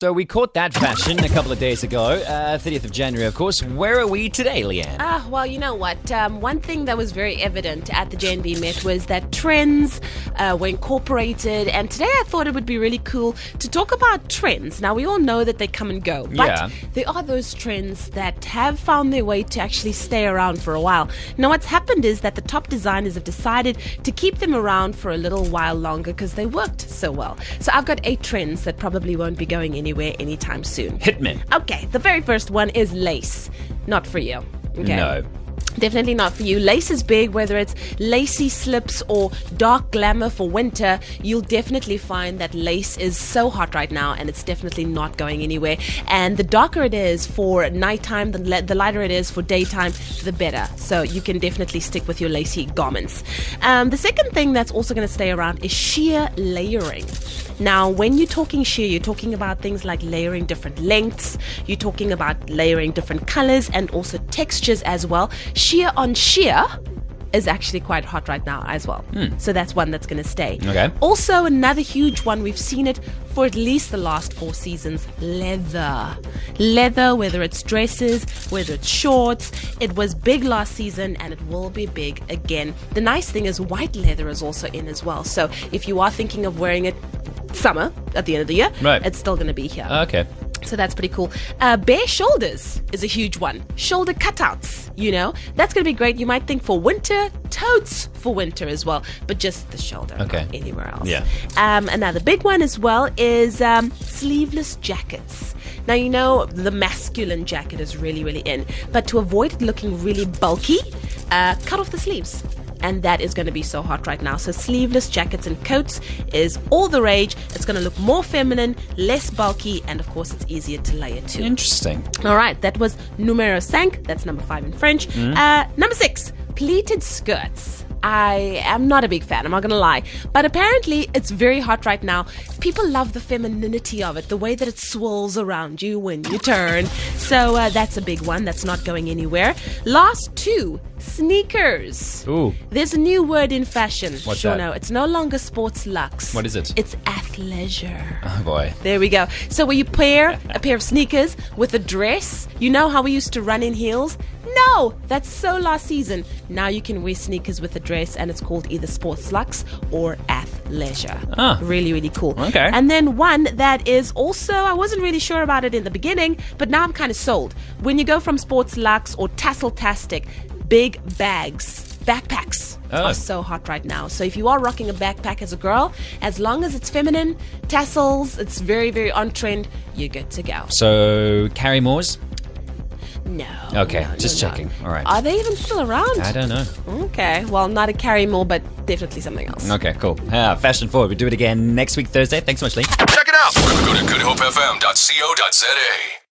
So we caught that fashion a couple of days ago, uh, 30th of January, of course. Where are we today, Leanne? Ah, well, you know what? Um, one thing that was very evident at the JNB Met was that trends uh, were incorporated. And today I thought it would be really cool to talk about trends. Now, we all know that they come and go, but Yeah. there are those trends that have found their way to actually stay around for a while. Now, what's happened is that the top designers have decided to keep them around for a little while longer because they worked so well. So I've got eight trends that probably won't be going anywhere anytime soon. Hitman. Okay, the very first one is lace. Not for you. Okay. No. Definitely not for you. Lace is big, whether it's lacy slips or dark glamour for winter. You'll definitely find that lace is so hot right now and it's definitely not going anywhere. And the darker it is for nighttime, the, le- the lighter it is for daytime, the better. So you can definitely stick with your lacy garments. Um, the second thing that's also going to stay around is sheer layering. Now, when you're talking sheer, you're talking about things like layering different lengths, you're talking about layering different colors and also textures as well. Sheer on sheer is actually quite hot right now as well. So that's one that's going to stay. Okay. Also, another huge one, we've seen it for at least the last four seasons leather. Leather, whether it's dresses, whether it's shorts, it was big last season and it will be big again. The nice thing is, white leather is also in as well. So if you are thinking of wearing it summer at the end of the year, Right. Uh, it's still going to be here. Okay. So that's pretty cool. Uh, bare shoulders is a huge one. Shoulder cutouts, you know, that's going to be great. You might think for winter, totes for winter as well, but just the shoulder, Okay. not anywhere else. Yeah. Um, another big one as well is um, sleeveless jackets. Now you know the masculine jacket is really, really in, but to avoid it looking really bulky, uh, cut off the sleeves. And that is going to be so hot right now. So, sleeveless jackets and coats is all the rage. It's going to look more feminine, less bulky, and of course, it's easier to layer too. Interesting. All right, that was numero cinq. That's number five in French. Mm-hmm. Uh, number six, pleated skirts. I am not a big fan, I'm not gonna lie. But apparently, it's very hot right now. People love the femininity of it, the way that it swirls around you when you turn. So uh, that's a big one, that's not going anywhere. Last two, sneakers. Ooh. There's a new word in fashion. What's sure, that? no, it's no longer sports luxe. What is it? It's athleisure. Oh, boy. There we go. So will you pair a pair of sneakers with a dress? You know how we used to run in heels? No, that's so last season. Now you can wear sneakers with a dress, and it's called either sports luxe or athleisure. Ah. Really, really cool. Okay. And then one that is also, I wasn't really sure about it in the beginning, but now I'm kind of sold. When you go from sports luxe or tassel tastic, big bags, backpacks Oh. are so hot right now. So if you are rocking a backpack as a girl, as long as it's feminine, tassels, it's very, very on trend, you're good to go. So, Carrie Moore's? No. Okay, no, no, just no. checking. All right. Are they even still around? I don't know. Okay, well, not a carry more, but definitely something else. Okay, cool. Ah, fashion forward. We do it again next week, Thursday. Thanks so much, Lee. Check it out. Go to goodhopefm.co.za.